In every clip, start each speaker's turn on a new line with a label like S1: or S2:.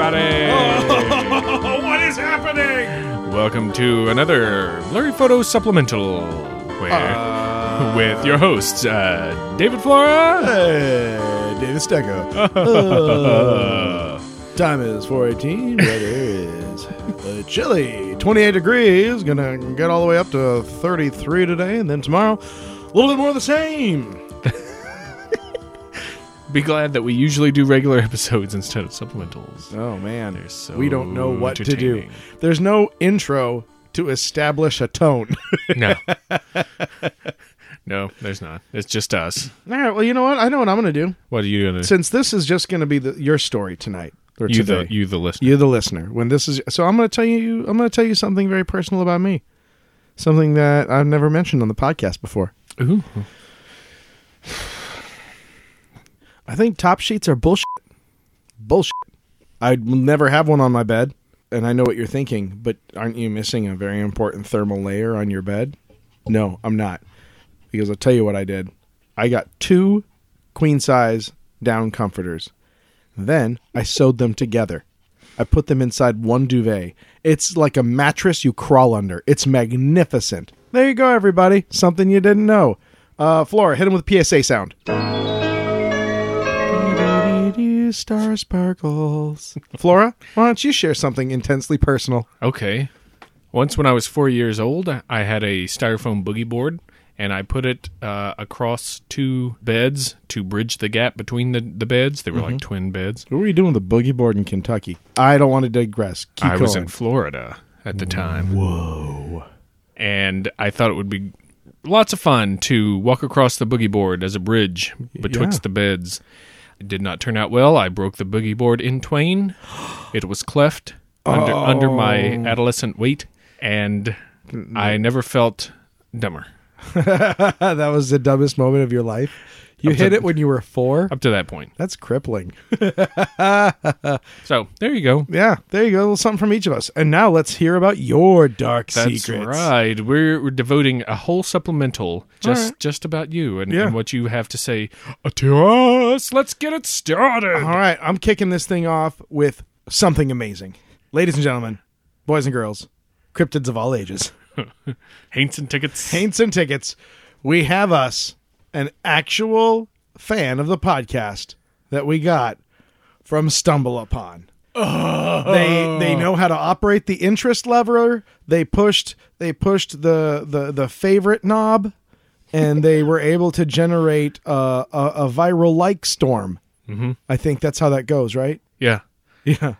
S1: everybody.
S2: Oh,
S3: what is happening?
S1: Welcome to another Blurry Photo Supplemental where,
S2: Uh.
S1: with your hosts, uh, David Flora.
S2: Hey, David Stecco. Uh, time is 418. Weather is uh, chilly. 28 degrees. Gonna get all the way up to 33 today, and then tomorrow, a little bit more of the same.
S1: Be glad that we usually do regular episodes instead of supplementals.
S2: Oh, man.
S1: so
S2: we don't know what to do.
S1: entertaining.
S2: There's no intro to establish a tone.
S1: No. no, there's not. It's just us.
S2: all right, well, you know what? I know what I'm gonna do.
S1: What are you going to
S2: Since this is just gonna be the, your story tonight. Or
S1: you the
S2: today.
S1: you the listener.
S2: you the listener when this is so i'm going to tell you i'm going to tell you something very personal about me something that i've never mentioned on the podcast before
S1: Ooh.
S2: i think top sheets are bullshit bullshit i will never have one on my bed and i know what you're thinking but aren't you missing a very important thermal layer on your bed no i'm not because i'll tell you what i did i got two queen size down comforters Then I sewed them together. I put them inside one duvet. It's like a mattress you crawl under. It's magnificent. There you go, everybody. Something you didn't know. Uh, Flora, hit him with PSA sound. Star sparkles. Flora, why don't you share something intensely personal?
S1: Okay. Once when I was four years old, I had a styrofoam boogie board and I put it uh, across two beds to bridge the gap between the, the beds. They were like twin beds.
S2: What were you doing with the boogie board in Kentucky? I don't want to digress. Keep
S1: I
S2: going.
S1: was in Florida at the time. Whoa. And I thought it would be lots of fun to walk across the boogie board as a bridge betwixt
S2: Yeah.
S1: the beds. It did not turn out well. I broke the boogie board in twain. It was cleft under, under my adolescent weight, and I never felt dumber.
S2: that was the dumbest moment of your life. You hit it when you were four.
S1: up to that point.
S2: That's crippling.
S1: So there you go.
S2: Yeah, there you go. A little something from each of us. And now let's hear about your dark
S1: That's
S2: secrets.
S1: right. We're, we're devoting a whole supplemental just
S2: right.
S1: just about you and,
S2: Yeah.
S1: and what you have to say to us. Let's get it started.
S2: All right, I'm kicking this thing off with something amazing. Ladies and gentlemen, boys and girls, cryptids of all ages,
S1: Haints and tickets.
S2: paints and tickets, we have us an actual fan of the podcast that we got from Stumble Upon. They they know how to operate the interest lever. They pushed they pushed the the the favorite knob, and they were able to generate uh, a a viral like storm. Mm-hmm. I think that's how that goes, right?
S1: Yeah.
S2: Yeah.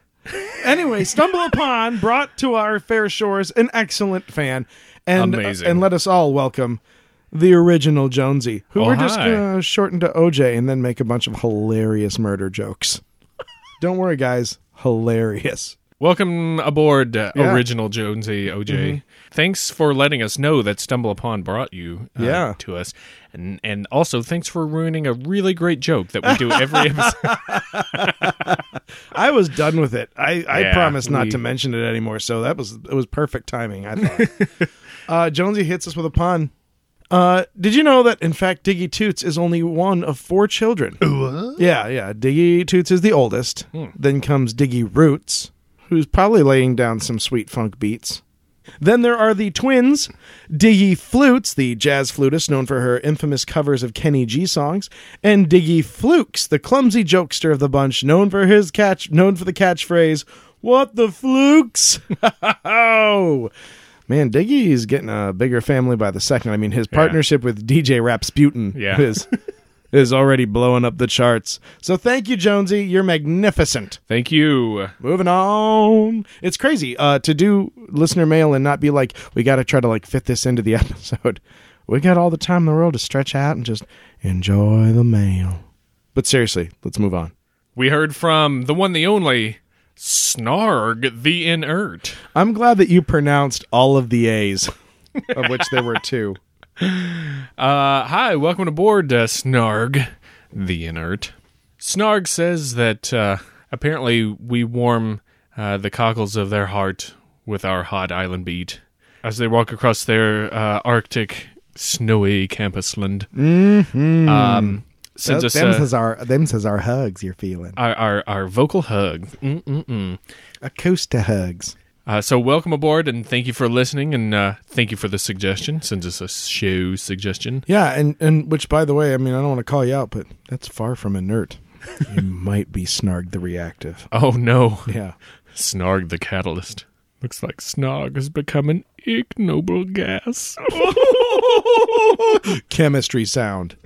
S2: anyway, stumble upon brought to our fair shores an excellent fan, and uh,
S1: Amazing.
S2: and let us all welcome the original Jonesy, who
S1: Oh,
S2: we're just
S1: hi.
S2: gonna shorten to OJ and then make a bunch of hilarious murder jokes. Don't worry, guys, hilarious.
S1: Welcome aboard, uh,
S2: Yeah. Mm-hmm.
S1: original Jonesy OJ. Thanks for letting us know that Stumble Upon brought you uh,
S2: Yeah.
S1: to us, and and also thanks for ruining a really great joke that we do every episode.
S2: I was done with it. I, I
S1: Yeah,
S2: promised not
S1: we-
S2: to mention it anymore. So that was it was perfect timing. I thought. uh, Jonesy hits us with a pun. Uh, did you know that in fact Diggy Toots is only one of four children? Yeah, yeah. Diggy Toots is the oldest.
S1: Hmm.
S2: Then comes Diggy Roots, who's probably laying down some sweet funk beats. Then there are the twins, Diggy Flutes, the jazz flutist known for her infamous covers of Kenny G songs, and Diggy Flukes, the clumsy jokester of the bunch, known for his catch known for the catchphrase, What the flukes? oh man, Diggy is getting a bigger family by the second. I mean his partnership with DJ Rapsputin
S1: Yeah.
S2: is is already blowing up the charts. So thank you, Jonesy. You're magnificent.
S1: Thank you.
S2: Moving on. It's crazy uh, to do listener mail and not be like, we got to try to like fit this into the episode. We got all the time in the world to stretch out and just enjoy the mail. But seriously, let's move on.
S1: We heard from the one, the only Snarg the Inert.
S2: I'm glad that you pronounced all of the A's, of which there were two.
S1: Uh, hi, welcome aboard, uh, Snarg, the inert. Snarg says that uh, apparently we warm uh, the cockles of their heart with our hot island beat as they walk across their uh, Arctic snowy campus land. Um, sends us
S4: them's,
S1: uh,
S4: is our, them's is our hugs you're feeling.
S2: Uh,
S1: our, our our vocal hug. Mm-mm-mm.
S4: Acosta hugs.
S1: Uh, so welcome aboard, and thank you for listening, and uh, thank you for the suggestion. Sends us a show suggestion.
S2: Yeah, and and which by the way, I mean I don't want to call you out, but that's far from inert. you might be Snarg the reactive.
S1: Oh no,
S2: Yeah.
S1: Snarg the catalyst. Looks like Snog has become an ignoble gas.
S2: Chemistry sound.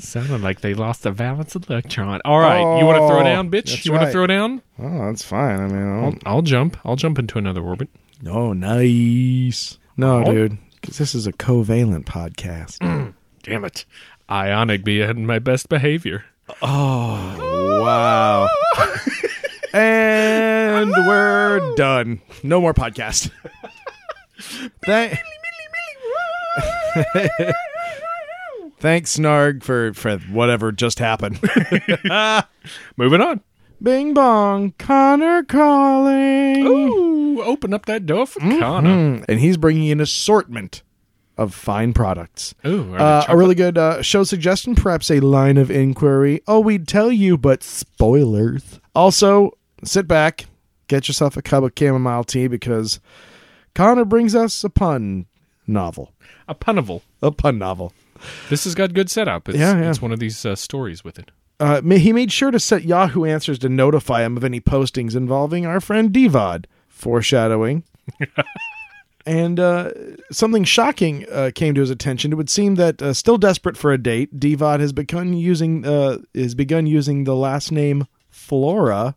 S1: Sounded like they lost the valence electron. All right, you want to throw
S2: Oh,
S1: down, bitch?
S2: that's
S1: You want to
S2: right.
S1: throw down?
S2: Oh, that's fine. I mean, I
S1: I'll,
S2: don't,
S1: I'll jump. I'll jump into another orbit.
S4: Oh, nice.
S2: no,
S1: Oh.
S2: dude.
S4: 'Cause this is a covalent podcast.
S1: Damn it. Ionic be in my best behavior.
S2: Oh, Wow. and we're done. No more podcast. Thank- Thanks, Snarg, for, for whatever just happened.
S1: Moving on.
S2: Bing bong, Connor calling.
S1: Ooh, open up that door for Connor.
S2: Mm, And he's bringing an assortment of fine products.
S1: Ooh,
S2: Uh,
S1: are
S2: a really good uh, show suggestion, perhaps a line of inquiry. Oh, we'd tell you, but spoilers. Also, sit back, get yourself a cup of chamomile tea because Connor brings us a pun novel.
S1: a punival.
S2: A pun novel.
S1: This has got good setup. It's,
S2: Yeah, yeah.
S1: it's one of these uh, stories with it.
S2: Uh, ma- he made sure to set Yahoo Answers to notify him of any postings involving our friend Devod. Foreshadowing. and uh, something shocking uh, came to his attention. It would seem that, uh, still desperate for a date, Devod has begun using uh, has begun using the last name Flora.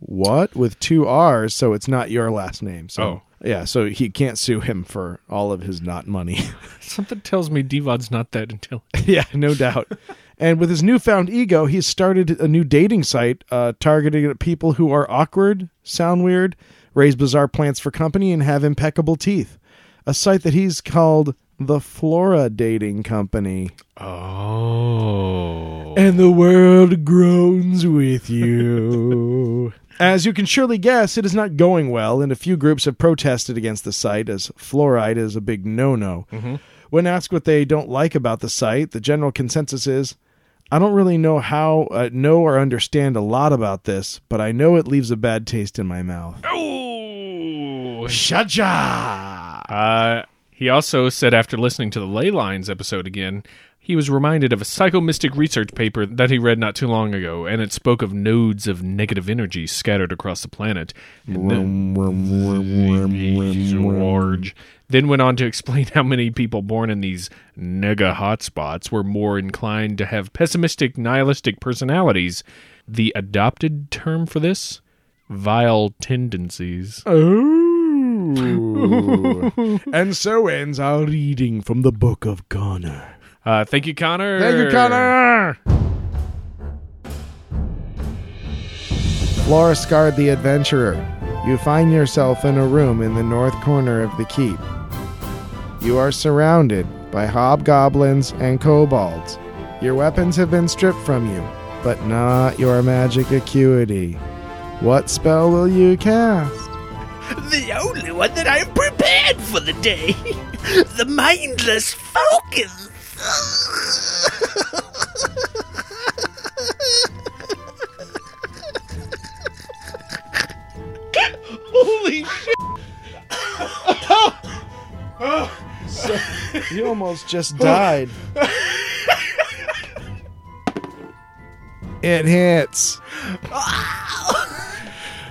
S2: What with two R's, so it's not your last name. So
S1: Oh.
S2: yeah, so he can't sue him for all of his not money.
S1: Something tells me Devod's not that intelligent.
S2: Yeah, no doubt. and with his newfound ego, he's started a new dating site uh, targeting at people who are awkward, sound weird, raise bizarre plants for company, and have impeccable teeth. A site that he's called the Flora Dating Company.
S1: Oh.
S2: And the world groans with you. as you can surely guess, it is not going well, and a few groups have protested against the site, as fluoride is a big no no. When asked what they don't like about the site, the general consensus is I don't really know how, uh, know, or understand a lot about this, but I know it leaves a bad taste in my mouth.
S1: Oh.
S2: Shaja!
S1: Uh, he also said after listening to the Ley Lines episode again, he was reminded of a psychomystic research paper that he read not too long ago, and it spoke of nodes of negative energy scattered across the planet. And then, George then went on to explain how many people born in these nega hotspots were more inclined to have pessimistic, nihilistic personalities. The adopted term for this? Vile tendencies.
S2: Oh. and so ends our reading from the Book of Connor.
S1: Uh, thank you, Connor.
S2: Thank you, Connor.
S4: Flora Scarred the Adventurer. You find yourself in a room in the north corner of the keep. You are surrounded by hobgoblins and kobolds. Your weapons have been stripped from you, but not your magic acuity. What spell will you cast?
S5: The only one that I've prepared for the day. The mindless falcon.
S2: Holy shit!
S4: You almost just died.
S2: It hits.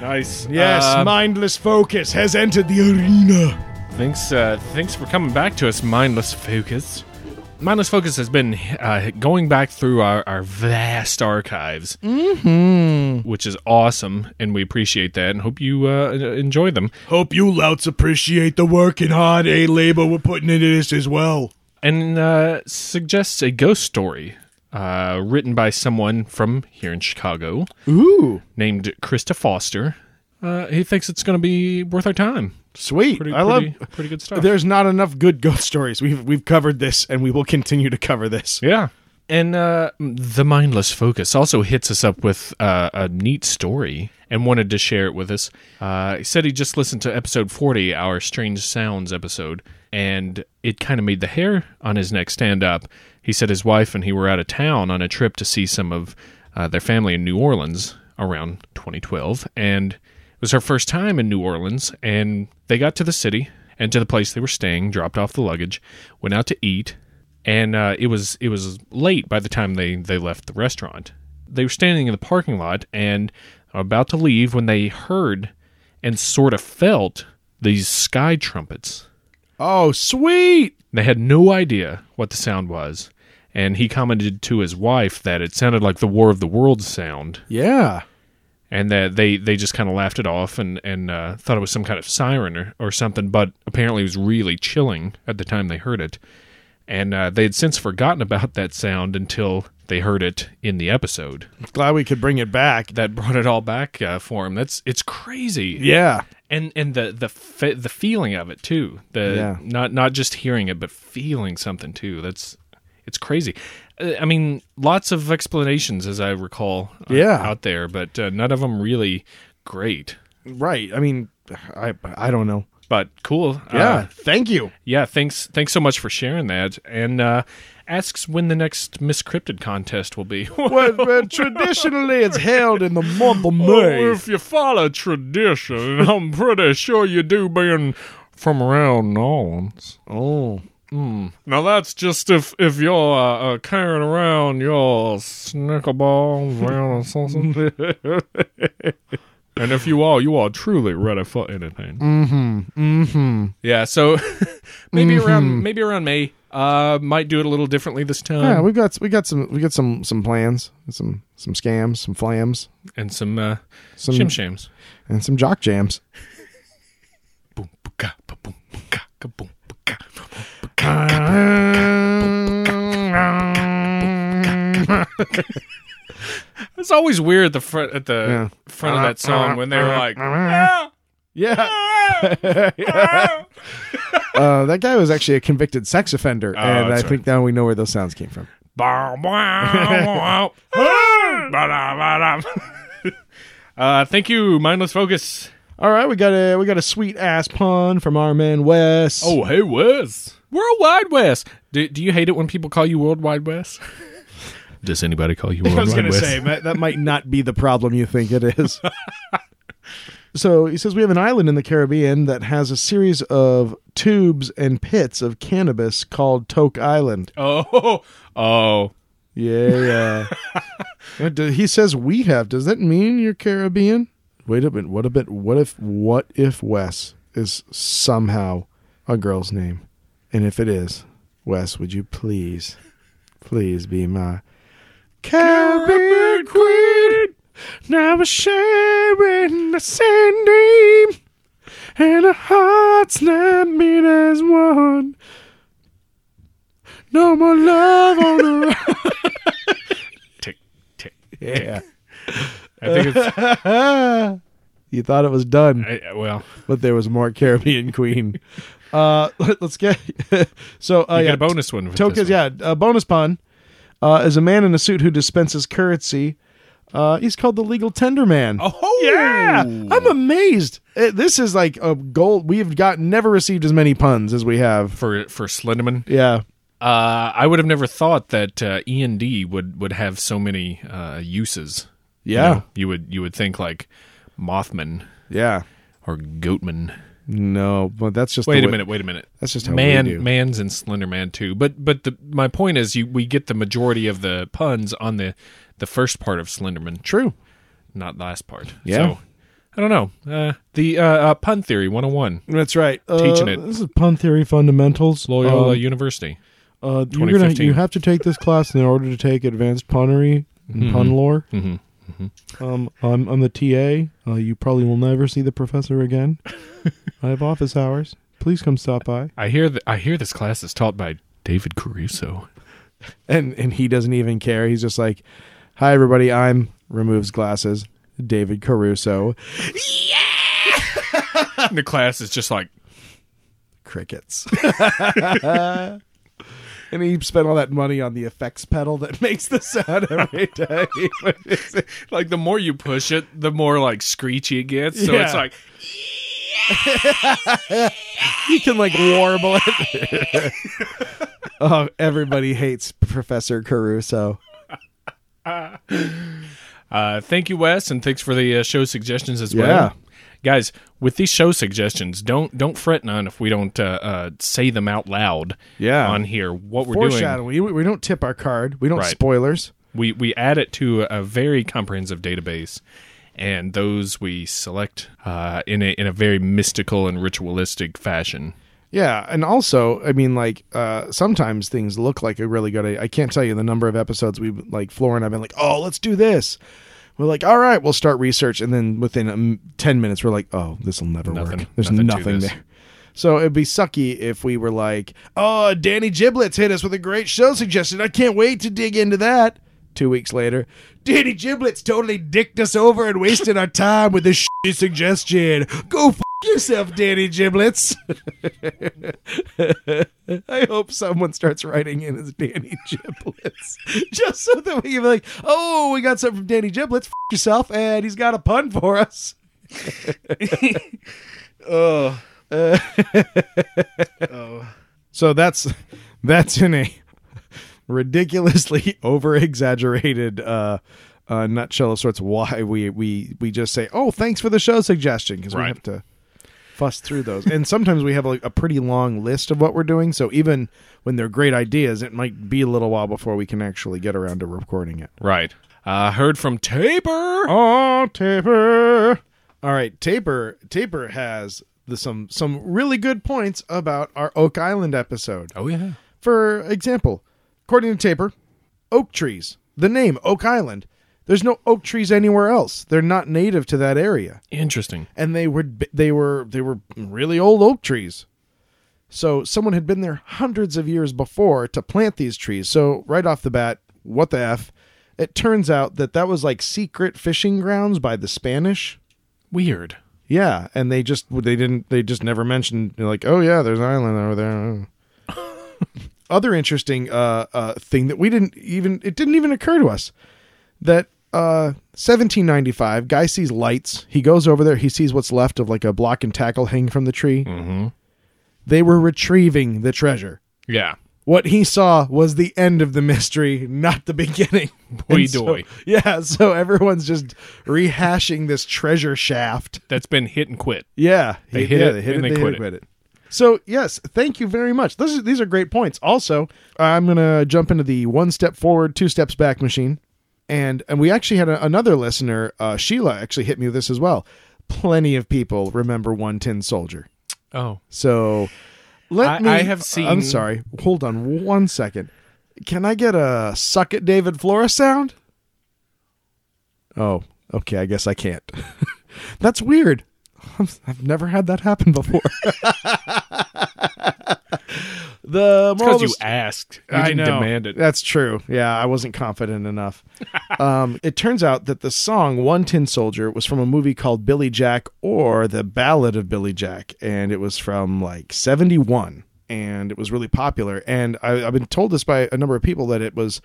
S1: Nice.
S2: Yes,
S6: Um,
S1: Uh,
S2: mindless focus has entered the arena.
S1: Thanks, uh, thanks for coming back to us, Mindless Focus. Mindless Focus has been uh, going back through our, our vast archives, mm-hmm. which is awesome, and we appreciate that and hope you uh, enjoy them.
S2: Hope you louts appreciate the work and hard a labor we're putting into this as well.
S1: And uh, suggests a ghost story uh, written by someone from here in Chicago
S2: Ooh,
S1: named Krista Foster. Uh, he thinks it's going to be worth our time.
S2: sweet!
S1: Pretty,
S2: I
S1: pretty,
S2: love.
S1: pretty good stuff.
S2: There's not enough good ghost stories. We've we've covered this, and we will continue to cover this.
S1: yeah. And uh, the mindless focus also hits us up with uh, a neat story and wanted to share it with us. Uh, he said he just listened to episode 40, our Strange Sounds episode, and it kind of made the hair on his neck stand up. He said his wife and he were out of town on a trip to see some of uh, their family in New Orleans around 2012, and it was her first time in New Orleans, and they got to the city and to the place they were staying, dropped off the luggage, went out to eat, and uh, it was it was late by the time they they left the restaurant. They were standing in the parking lot and are about to leave when they heard and sort of felt these sky trumpets.
S6: Oh, sweet.
S1: They had no idea what the sound was, and he commented to his wife that it sounded like the War of the Worlds sound
S6: Yeah.
S1: and that they they just kind of laughed it off and and uh, thought it was some kind of siren or, or something but apparently it was really chilling at the time they heard it and uh, they had since forgotten about that sound until they heard it in the episode
S6: Glad we could bring it back.
S1: that brought it all back uh, for them that's it's crazy
S6: Yeah.
S1: and and the the fe- the feeling of it too the
S2: Yeah.
S1: not not just hearing it but feeling something too that's it's crazy Uh, i mean lots of explanations as i recall uh,
S6: Yeah.
S1: out there but uh, none of them really great
S6: Right. I mean, I I don't know.
S1: but cool.
S6: Yeah.
S1: Uh,
S6: thank you.
S1: yeah. Thanks. Thanks so much for sharing that. And uh, asks when the next Miscrypted contest will be.
S6: Well, well, traditionally, it's held in the month of
S1: Well,
S2: Oh,
S6: May.
S1: if you follow tradition, and I'm pretty sure you do, being from around New Orleans.
S6: Oh.
S1: Now that's just if if you're uh, uh, carrying around your snicker balls around or something. And if you are, you are truly ready for anything. Mm-hmm. Mm-hmm. Yeah. So maybe
S2: Mm-hmm.
S1: around maybe around May, uh, might do it a little differently this time,
S2: Yeah, we've got we got some we got some some plans, some some scams, some flams,
S1: and some uh,
S2: some
S1: shim shams.
S2: and some jock jams.
S1: Boom, ba-ka, ba-boom, ba-ka, ka-boom, ba-ka. It's always weird at the front at the
S2: Yeah.
S1: front of that song when they're like,
S6: Yeah.
S2: Uh, that guy was actually a convicted sex offender,
S6: Ah,
S2: and I
S1: that's
S2: think now we know where those sounds came from.
S1: Bow, bow, bow, ba-da, ba-da. uh, thank you, mindless focus.
S6: All right, we got a we got a sweet ass pun from our man Wes.
S1: Oh, hey, Wes. Worldwide Wes. Do, do you hate it when people call you Worldwide Wes? Does anybody call you
S6: I was going to say that, that might not be the problem you think it is. so he says we have an island in the Caribbean that has a series of tubes and pits of cannabis called Toke Island.
S1: Oh, oh.
S6: Yeah, yeah. Do-
S2: He says we have. Does that mean you're Caribbean? Wait a minute. What a bit. What if? What if Wes is somehow a girl's name? And if it is, Wes, would you please, please be my Caribbean queen? Now we're sharing the same dream, and our hearts now beat as one. No more love on the.
S1: Tick, tick.
S2: yeah.
S1: I think it's,
S2: You thought it was done.
S1: I, well,
S2: but there was more Caribbean Queen.
S6: Uh, let, us get so uh,
S1: you
S6: yeah,
S1: get a bonus one. with
S6: Toke
S1: this
S6: is
S1: one.
S6: yeah a bonus pun. Uh, is a man in a suit who dispenses currency. Uh, he's called the legal tender man.
S1: Oh,
S6: Yeah, I'm amazed. Uh, This is like a goal. We've got never received as many puns as we have.
S1: For, for Slenderman.
S6: Yeah,
S1: Uh, I would have never thought that uh, E and D would would have so many uh, uses.
S6: Yeah.
S1: you, know, you would you would think like Mothman
S2: Yeah.
S1: or Goatman.
S2: No, but that's just the
S1: Wait a
S2: way-
S1: minute, wait a minute.
S2: That's just how
S1: Man,
S2: we do.
S1: man's in Slender Man too. But but the, my point is, you we get the majority of the puns on the the first part of Slenderman,
S6: true.
S1: not the last part.
S2: Yeah.
S1: So, I don't know. Uh, the uh, uh, pun theory 101,
S6: That's right.
S1: Teaching
S6: Uh,
S1: it.
S6: This is pun theory fundamentals.
S1: Loyola
S6: Um,
S1: University.
S2: Uh,
S1: you're
S2: you're
S1: gonna-
S2: gonna,
S1: 2015.
S2: you have to take this class in order to take advanced punnery and pun lore.
S1: Mm-hmm.
S2: Um, I'm, I'm the TA. Uh, you probably will never see the professor again. I have office hours. Please come stop by.
S1: I hear that. I hear this class is taught by David Caruso.
S2: And and he doesn't even care. He's just like, "Hi everybody, I'm." Removes glasses. David Caruso.
S1: And the class is just like
S2: Crickets. and he spent all that money on the effects pedal that makes the sound every day.
S1: like the more you push it, the more like screechy it gets. So it's
S2: Yeah.
S1: like
S2: he can like warble it. oh, everybody hates Professor Caruso.
S1: Uh, thank you, Wes, and thanks for the uh, show suggestions as
S2: Yeah.
S1: well. Guys, with these show suggestions, don't don't fret none if we don't uh, uh, say them out loud.
S2: Yeah.
S1: on here, what we're doing,
S2: Foreshadowing. We, we don't tip our card. We don't
S1: Right.
S2: spoilers.
S1: we we add it to a very comprehensive database, and those we select uh, in a in a very mystical and ritualistic fashion.
S2: Yeah, and also, I mean, like uh, sometimes things look like a really good. I can't tell you the number of episodes we've like Flora and I've been like, oh, let's do this. We're like, all right, we'll start research, and then within um, ten minutes, we're like, oh, this will never
S1: Nothing-
S2: work. There's
S1: nothing
S2: nothing,
S1: to this.
S2: there. So it'd be sucky if we were like, oh, Danny Giblets hit us with a great show suggestion. I can't wait to dig into that. Two weeks later, Danny Giblets totally dicked us over and wasted our time with this shitty suggestion. Go f- yourself, Danny Giblets. I hope someone starts writing in as Danny Giblets, just so that we can be like, oh, we got something from Danny Giblets. F- yourself, and he's got a pun for us. So that's that's in a ridiculously over exaggerated uh, uh, nutshell of sorts. Why we we we just say, oh, thanks for the show suggestion because we
S1: Right.
S2: have to fuss through those, and sometimes we have like a pretty long list of what we're doing. So even when they're great ideas, it might be a little while before we can actually get around to recording it.
S1: Right. Uh, heard from Tabor.
S2: Oh, Taper. All right, Taper. Taper has the, some some really good points about our Oak Island episode.
S1: Oh, yeah.
S2: For example, according to Taper, oak trees, the name Oak Island, there's no oak trees anywhere else. They're not native to that area.
S1: Interesting.
S2: And they were they were they were really old oak trees. So someone had been there hundreds of years before to plant these trees. So right off the bat, what the f? It turns out that that was like secret fishing grounds by the Spanish.
S1: Weird.
S2: Yeah, and they just they didn't they just never mentioned they're like oh yeah, there's an island over there. Other interesting uh, uh, thing that we didn't even it didn't even occur to us that uh, 1795 guy sees lights. He goes over there. He sees what's left of like a block and tackle hanging from the tree. Mm-hmm. They were retrieving the treasure.
S1: Yeah.
S2: What he saw was the end of the mystery, not the beginning.
S1: Boy
S2: And so-
S1: doy.
S2: yeah, so everyone's just rehashing this treasure shaft.
S1: That's been hit and quit.
S2: Yeah,
S1: They
S2: he-
S1: hit
S2: yeah,
S1: it, and they quit
S2: hit
S1: it.
S2: So yes, thank you very much. Those are, these are great points. Also, I'm gonna jump into the one step forward, two steps back machine, and and we actually had a, another listener, uh, Sheila, actually hit me with this as well. Plenty of people remember One Tin Soldier.
S1: Oh.
S2: So let
S1: I-
S2: me.
S1: I have seen-
S2: I'm sorry. Hold on one second. Can I get a suck it, David Flora sound? Oh, okay. I guess I can't. That's weird. I've never had that happen before. the moral of
S1: Because
S2: the
S1: you asked. You didn't demand it.
S2: that's true. Yeah, I wasn't confident enough. um, it turns out that the song One Tin Soldier was from a movie called Billy Jack or The Ballad of Billy Jack. And it was from like 71 and it was really popular. And I, I've been told this by a number of people that it was,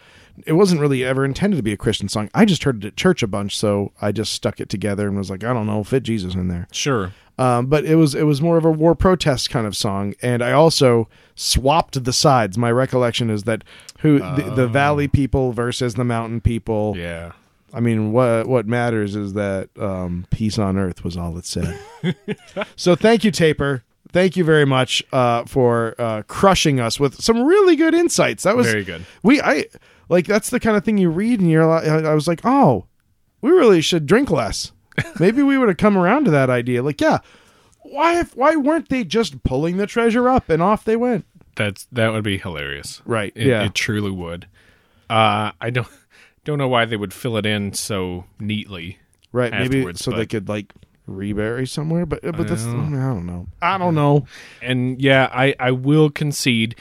S2: it wasn't really ever intended to be a Christian song. I just heard it at church a bunch. So I just stuck it together and was like, I don't know, fit Jesus in there
S1: Sure.
S2: um, but it was it was more of a war protest kind of song. And I also swapped the sides. My recollection is that who the, the valley people versus the mountain people.
S1: Yeah.
S2: I mean, what what matters is that um, peace on earth was all it said. so thank you, Taper. Thank you very much uh, for uh, crushing us with some really good insights. That was
S1: Very good.
S2: We I like that's the kind of thing you read and you're like, I I was like, oh, we really should drink less. Maybe we would have come around to that idea. Like, yeah, why if why weren't they just pulling the treasure up and off they went?
S1: That's that would be hilarious.
S2: Right,
S1: It,
S2: yeah.
S1: It truly would. Uh, I don't don't know why they would fill it in so neatly.
S2: Right, maybe
S1: Afterwards,
S2: so
S1: but-
S2: they could like rebury somewhere. But but that's I don't know. I don't know.
S1: And yeah, I I will concede.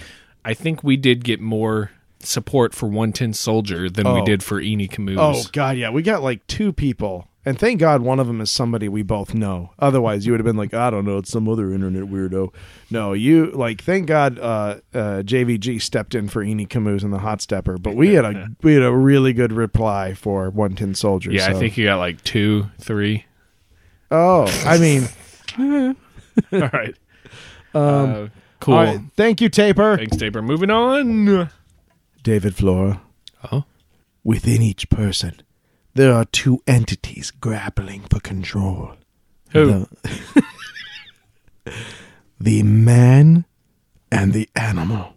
S1: I think we did get more support for 110 Soldier than we
S2: Oh.
S1: did for Eni Camus.
S2: Oh God, yeah, we got like two people And thank God one of them is somebody we both know. Otherwise, you would have been like, I don't know, it's some other internet weirdo. No, you like, thank God, uh, uh, JVG stepped in for Eni Camus and the Hot Stepper. But we had a we had a really good reply for One Tin Soldier.
S1: Yeah, I
S2: so-
S1: think you got like two, three.
S2: Oh, I mean,
S1: All right. Uh, cool.
S2: Um, all right, thank you, Taper.
S1: Thanks, Taper. Moving on.
S2: David Flora.
S1: Oh.
S2: Within each person, there are two entities grappling for control.
S1: Who?
S2: The- the man and the animal.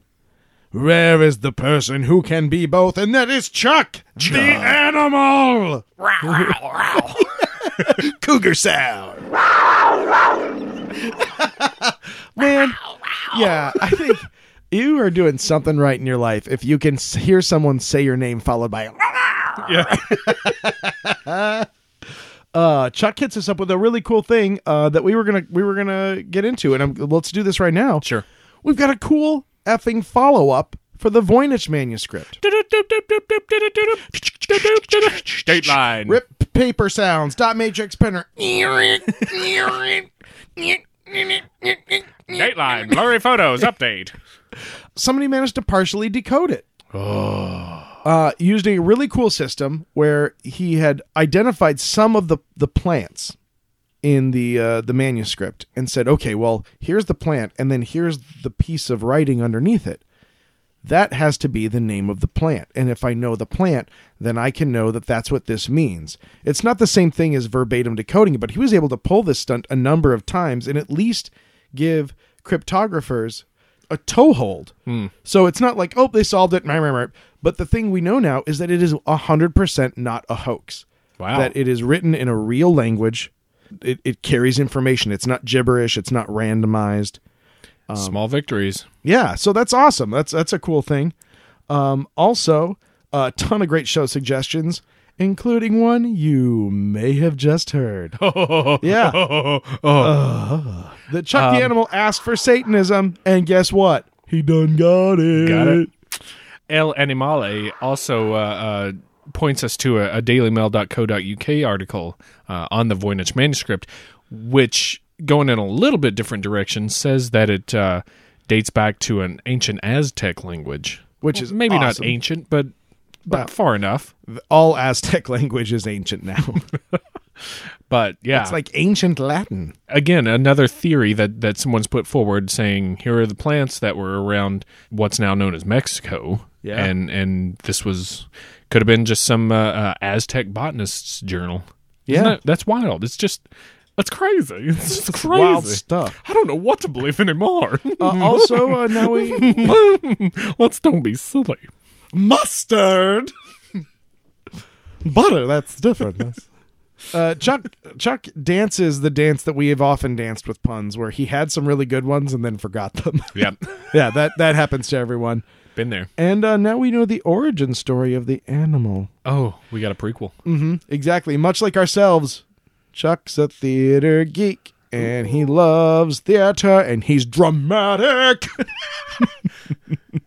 S2: Rare is the person who can be both, and that is Chuck, the animal. Cougar sound.
S7: Man,
S2: Yeah, I think
S7: you are doing something right in your life if you can s- hear someone say your name followed by.
S2: uh, Chuck hits us up with a really cool thing uh, that we were gonna we were gonna get into, and I'm, let's do this right now.
S1: Sure.
S2: We've got a cool effing follow up for the Voynich manuscript.
S1: State line.
S2: Rip paper sounds. Dot matrix printer.
S1: Dateline. Blurry photos. Update.
S2: Somebody managed to partially decode it. Uh, used a really cool system where he had identified some of the the plants in the uh, the manuscript and said, "Okay, well, here's the plant, and then here's the piece of writing underneath it. That has to be the name of the plant, and if I know the plant, then I can know that that's what this means. It's not the same thing as verbatim decoding, but he was able to pull this stunt a number of times and at least give cryptographers a toehold. So it's not like, oh, they solved it, meh, meh, meh. but the thing we know now is that it is 100% not a hoax.
S1: Wow.
S2: That it is written in a real language. It, it carries information. It's not gibberish. It's not randomized. Um,
S1: Small victories.
S2: Yeah, so that's awesome. That's that's a cool thing. Um, also, a ton of great show suggestions, including one you may have just heard. yeah, Uh, the Chuck
S1: Um,
S2: the Animal asked for Satanism, and guess what? He done got it.
S1: Got it. El Animale also uh, uh, points us to a, a dailymail.co.uk article uh, on the Voynich manuscript, which, going in a little bit different direction, says that it uh, dates back to an ancient Aztec language.
S2: Which is
S1: maybe
S2: awesome.
S1: not ancient, but, but far enough.
S2: All Aztec language is ancient now.
S1: But yeah,
S2: it's like ancient Latin.
S1: again another theory that that someone's put forward saying here are the plants that were around what's now known as Mexico
S2: Yeah.
S1: and and this was could have been just some uh, uh, Aztec botanist's journal Isn't
S2: Yeah.
S1: that- that's wild it's just that's crazy it's just crazy
S2: Wild stuff.
S1: I don't know what to believe anymore
S2: Uh, also, uh, now we
S1: let's don't be silly
S2: mustard butter that's different That's- uh, chuck chuck dances the dance that we have often danced with puns where he had some really good ones and then forgot them
S1: yep
S2: yeah that that happens to everyone
S1: been there
S2: and uh, now we know the origin story of the animal
S1: oh we got a prequel
S2: exactly much like ourselves chuck's a theater geek and he loves theater and he's dramatic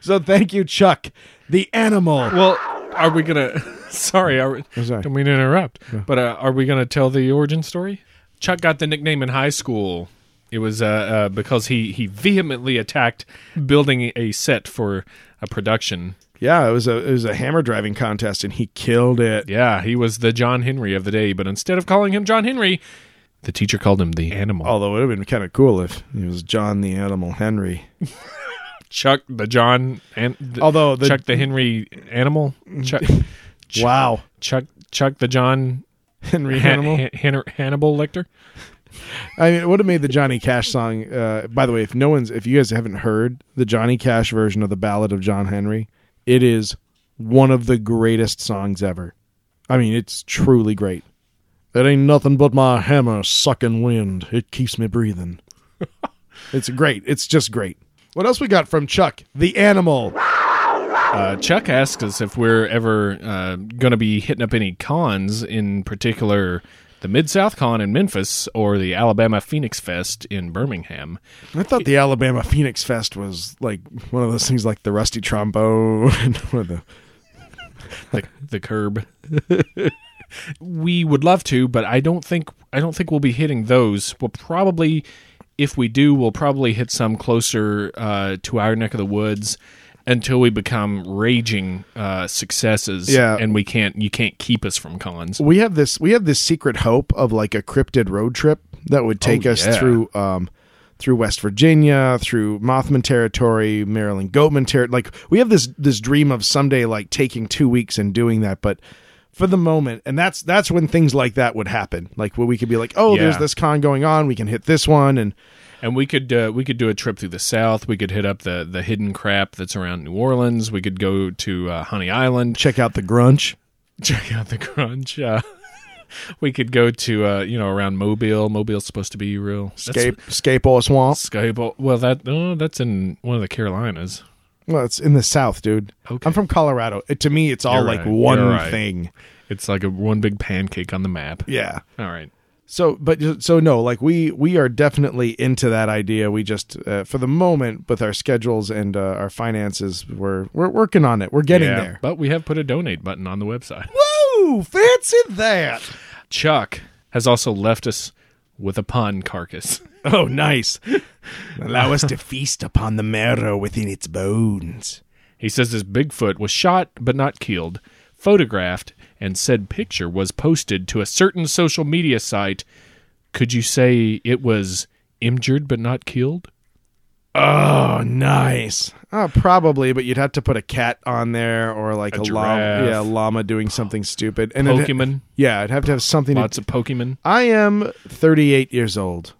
S2: so thank you chuck the animal
S1: well are we gonna sorry are we,
S2: sorry.
S1: don't mean to interrupt but uh, are we gonna tell the origin story chuck got the nickname in high school it was uh, uh, because he he vehemently attacked building a set for a production
S2: Yeah, it was a it was a hammer driving contest, and he killed it.
S1: yeah he was the john henry of the day but instead of calling him john henry the teacher called him the animal
S2: Although it would have been kind of cool if it was John the Animal Henry.
S1: chuck the john and the,
S2: Although the Mm-hmm.
S1: chuck the henry animal chuck
S2: wow
S1: chuck chuck the john
S2: Henry
S1: Han-
S2: Animal,
S1: Han- Han- hannibal lecter
S2: I mean, it would have made the Johnny Cash song. Uh, by the way, if no one's if you guys haven't heard the Johnny Cash version of the Ballad of John Henry, it is one of the greatest songs ever. I mean, it's truly great. It ain't nothing but my hammer sucking wind. It keeps me breathing. it's great. It's just great. What else we got from Chuck the Animal?
S1: Uh, Chuck asks us if we're ever uh, going to be hitting up any cons, in particular the Mid South Con in Memphis or the Alabama Phoenix Fest in Birmingham.
S2: I thought the Alabama Phoenix Fest was like one of those things, like the rusty trombone. and one of the-
S1: The, the curb. we would love to, but I don't think I don't think we'll be hitting those. We'll probably, if we do, we'll probably hit some closer uh, to our neck of the woods until we become raging uh, successes.
S2: Yeah.
S1: and we can't you can't keep us from cons.
S2: we have this we have this secret hope of like a cryptid road trip that would take
S1: Oh,
S2: us
S1: yeah.
S2: through um through West Virginia, through Mothman territory, Maryland Goatman territory. Like we have this this dream of someday like taking two weeks and doing that, but for the moment, and that's that's when things like that would happen. Like where we could be like, oh,
S1: Yeah.
S2: there's this con going on, we can hit this one, and
S1: And we could uh, we could do a trip through the South. We could hit up the the hidden crap that's around New Orleans. We could go to uh, Honey Island.
S2: check out the grunge.
S1: check out the grunge. Uh, we could go to uh, you know around Mobile. Mobile's supposed to be real.
S2: Escape, escape all swamp.
S1: Skype. Well, that oh, that's in one of the Carolinas.
S2: Well, it's in the South, dude.
S1: Okay.
S2: I'm from Colorado. It, to me, it's all
S1: You're
S2: like
S1: right.
S2: one
S1: You're right.
S2: thing.
S1: It's like a one big pancake on the map.
S2: Yeah.
S1: All right.
S2: So, but so no, like we we are definitely into that idea. We just uh, for the moment with our schedules and uh, our finances, we're we're working on it. We're getting
S1: Yeah,
S2: there.
S1: But we have put a donate button on the website.
S2: Whoa, fancy that!
S1: Chuck has also left us with a pond carcass.
S2: Oh, nice. Allow us to feast upon the marrow within its bones.
S1: He says this Bigfoot was shot but not killed, photographed, and said picture was posted to a certain social media site. Could you say it was injured but not killed?
S2: Oh, nice. Oh, probably, but you'd have to put a cat on there or like a, llama.
S1: giraffe.
S2: Yeah, a llama doing something stupid. And it'd-
S1: Pokemon,
S2: yeah, I'd have to have something. to-
S1: lots of Pokemon.
S2: I am 38 years old.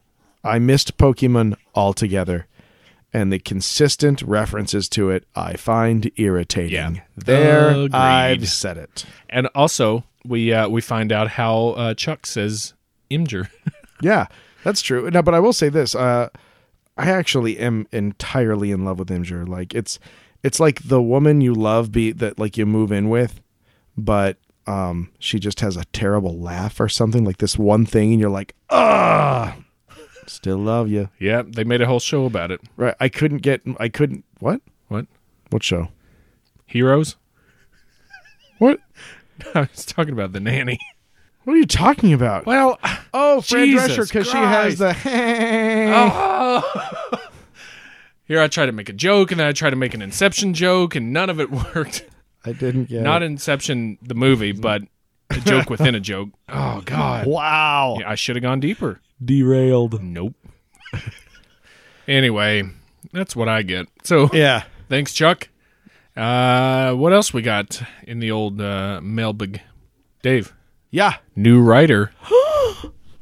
S2: I missed Pokemon altogether, and the consistent references to it I find irritating.
S1: Yeah.
S2: There,
S1: Agreed.
S2: I've said it.
S1: And also, we uh, we find out how uh, Chuck says Imgur.
S2: Yeah, that's true. No, but I will say this: uh, I actually am entirely in love with Imgur. Like it's, it's like the woman you love be that like you move in with, but um, she just has a terrible laugh or something like this one thing, and you're like, ah, still love you.
S1: yeah, they made a whole show about it.
S2: Right. I couldn't get. I couldn't. What?
S1: What?
S2: What show?
S1: Heroes?
S2: What?
S1: I was talking about the nanny.
S2: What are you talking about?
S1: Well,
S2: Oh, Fran
S1: Jesus
S2: Drescher, because she has the. Oh.
S1: here I tried to make a joke, and then I tried to make an Inception joke, and none of it worked.
S2: I didn't get.
S1: Not
S2: it.
S1: Inception, the movie, but a joke within a joke. Mm-hmm. Oh God!
S2: wow.
S1: Yeah, I should have gone deeper.
S2: Derailed.
S1: Nope. anyway, that's what I get. So
S2: Yeah.
S1: thanks, Chuck. Uh, what else we got in the old uh, mailbag? Dave,
S2: Yeah.
S1: new writer,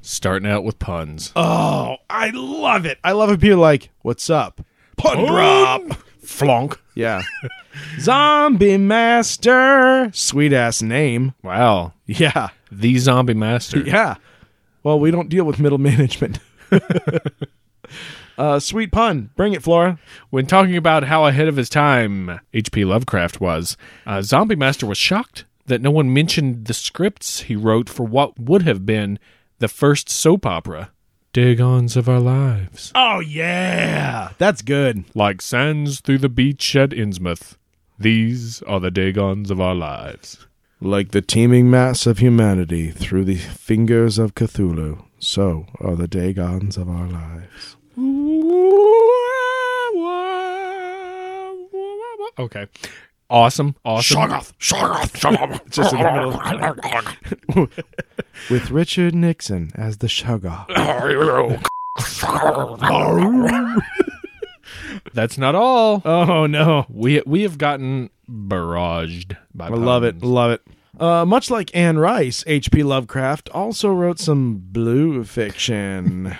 S1: starting out with puns.
S2: Oh, I love it. I love it. People like, what's up? Pun drop.
S1: Flonk.
S2: Yeah. Zombie Master. Sweet ass name.
S1: Wow,
S2: Yeah.
S1: the zombie master.
S2: Yeah. Well, we don't deal with middle management. uh, sweet pun. Bring it, Flora.
S1: When talking about how ahead of his time H.P. Lovecraft was, uh, Zombie Master was shocked that no one mentioned the scripts he wrote for what would have been the first soap opera, Dig-ons of Our Lives,
S2: Oh, yeah. That's good.
S1: like sands through the beach at Innsmouth. These are the Dig-ons of Our Lives.
S2: Like the teeming mass of humanity through the fingers of Cthulhu, so are the Dagons of our lives.
S1: Okay. Awesome. Awesome.
S2: Just in the middle. With Richard Nixon as the Shoggoth.
S1: That's not all.
S2: Oh, no.
S1: We we have gotten barraged by
S2: I love it. Love it. Uh, much like Anne Rice, H.P. Lovecraft also wrote some blue fiction.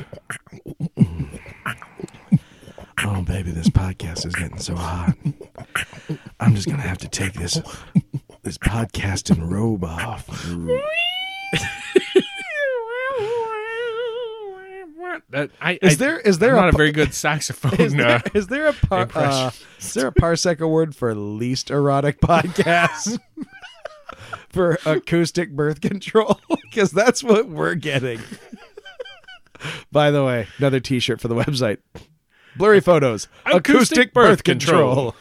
S2: oh, baby, this podcast is getting so hot. I'm just gonna have to take this this podcasting robe off.
S1: That, I,
S2: Is
S1: I-
S2: there is there
S1: I'm not
S2: a,
S1: a
S2: pa-
S1: very good saxophone.
S2: is there,
S1: uh,
S2: is there a par, uh, is there a parsec award for least erotic podcast for acoustic birth control because that's what we're getting. By the way, another T-shirt for the website. Blurry photos,
S1: Acoustic birth control.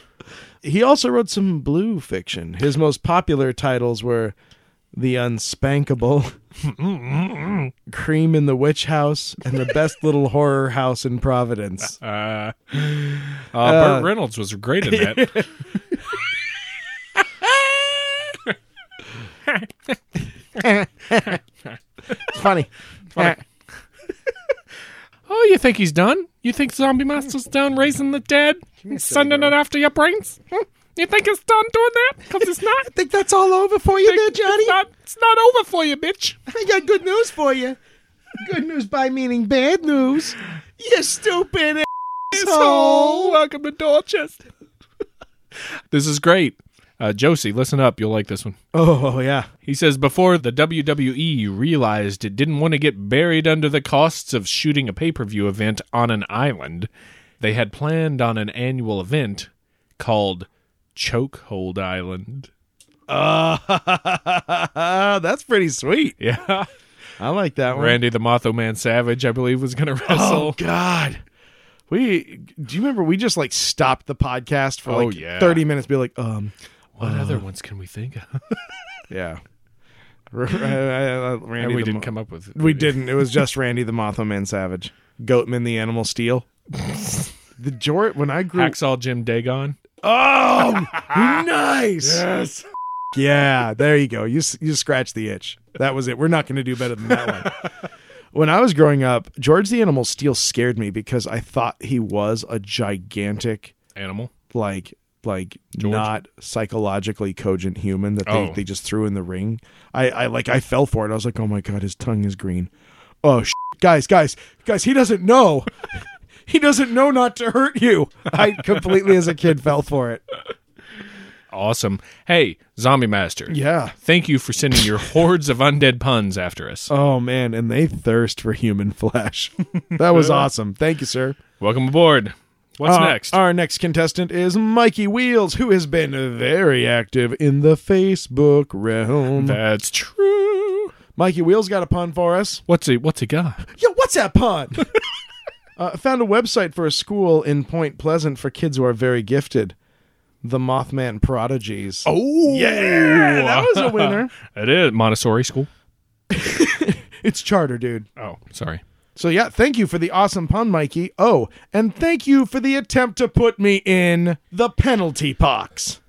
S2: He also wrote some blue fiction. His most popular titles were The Unspankable, Cream in the Witch House, and the best little horror house in Providence.
S1: Uh, uh, Burt Reynolds was great in that.
S2: Funny.
S1: oh, you think he's done? You think Zombie Master's done raising the dead and sending it after your brains? Hmm? You think it's done doing that? Because it's not.
S2: Think that's all over for you there, Johnny?
S1: It's not, it's not over for you, bitch.
S2: I got good news for you. Good news by meaning bad news. You
S1: Oh,
S2: stupid asshole.
S1: welcome to Dorchester. this is great. Uh, Josie, listen up. You'll like this one.
S2: Oh, yeah.
S1: He says before the WWE realized it didn't want to get buried under the costs of shooting a pay per view event on an island, they had planned on an annual event called Chokehold Island.
S2: Uh, that's pretty sweet.
S1: Yeah.
S2: I like that one.
S1: Randy the Motho Man Savage, I believe, was going to wrestle.
S2: Oh, God. We do you remember we just like stopped the podcast for
S1: Oh,
S2: like
S1: yeah.
S2: 30 minutes be like um
S1: what other ones can we think of?
S2: yeah. R- I- I- I- Randy
S1: And we
S2: the
S1: didn't
S2: Mo-
S1: come up with.
S2: We didn't. It was just Randy the Mothman Savage, Goatman the Animal Steel. The Jort when I grew
S1: Hacksaw Jim Dagon.
S2: Oh, nice.
S1: Yes.
S2: Yeah, there you go. You s- you scratched the itch. That was it. We're not going to do better than that one. When I was growing up, George the Animal Steel scared me because I thought he was a gigantic
S1: Animal.
S2: like like not psychologically cogent human that they,
S1: Oh.
S2: they just threw in the ring. I, I like I fell for it. I was like, oh my god, his tongue is green. Oh sh- guys, guys, guys, he doesn't know. he doesn't know not to hurt you. I completely as a kid fell for it.
S1: Awesome. Hey, Zombie Master.
S2: Yeah.
S1: Thank you for sending your hordes of undead puns after us.
S2: Oh man, and they thirst for human flesh. that was awesome. Thank you, sir.
S1: Welcome aboard. What's
S2: Uh,
S1: next?
S2: Our next contestant is Mikey Wheels, who has been very active in the Facebook realm.
S1: That's true.
S2: Mikey Wheels got a pun for us.
S1: What's he? What's he got?
S2: Yo, what's that pun? uh, I found a website for a school in Point Pleasant for kids who are very gifted. The Mothman Prodigies.
S1: Oh, yeah,
S2: that was a winner.
S1: it is Montessori school.
S2: It's charter, dude.
S1: Oh, sorry.
S2: So, yeah, thank you for the awesome pun, Mikey. Oh, and thank you for the attempt to put me in the penalty box.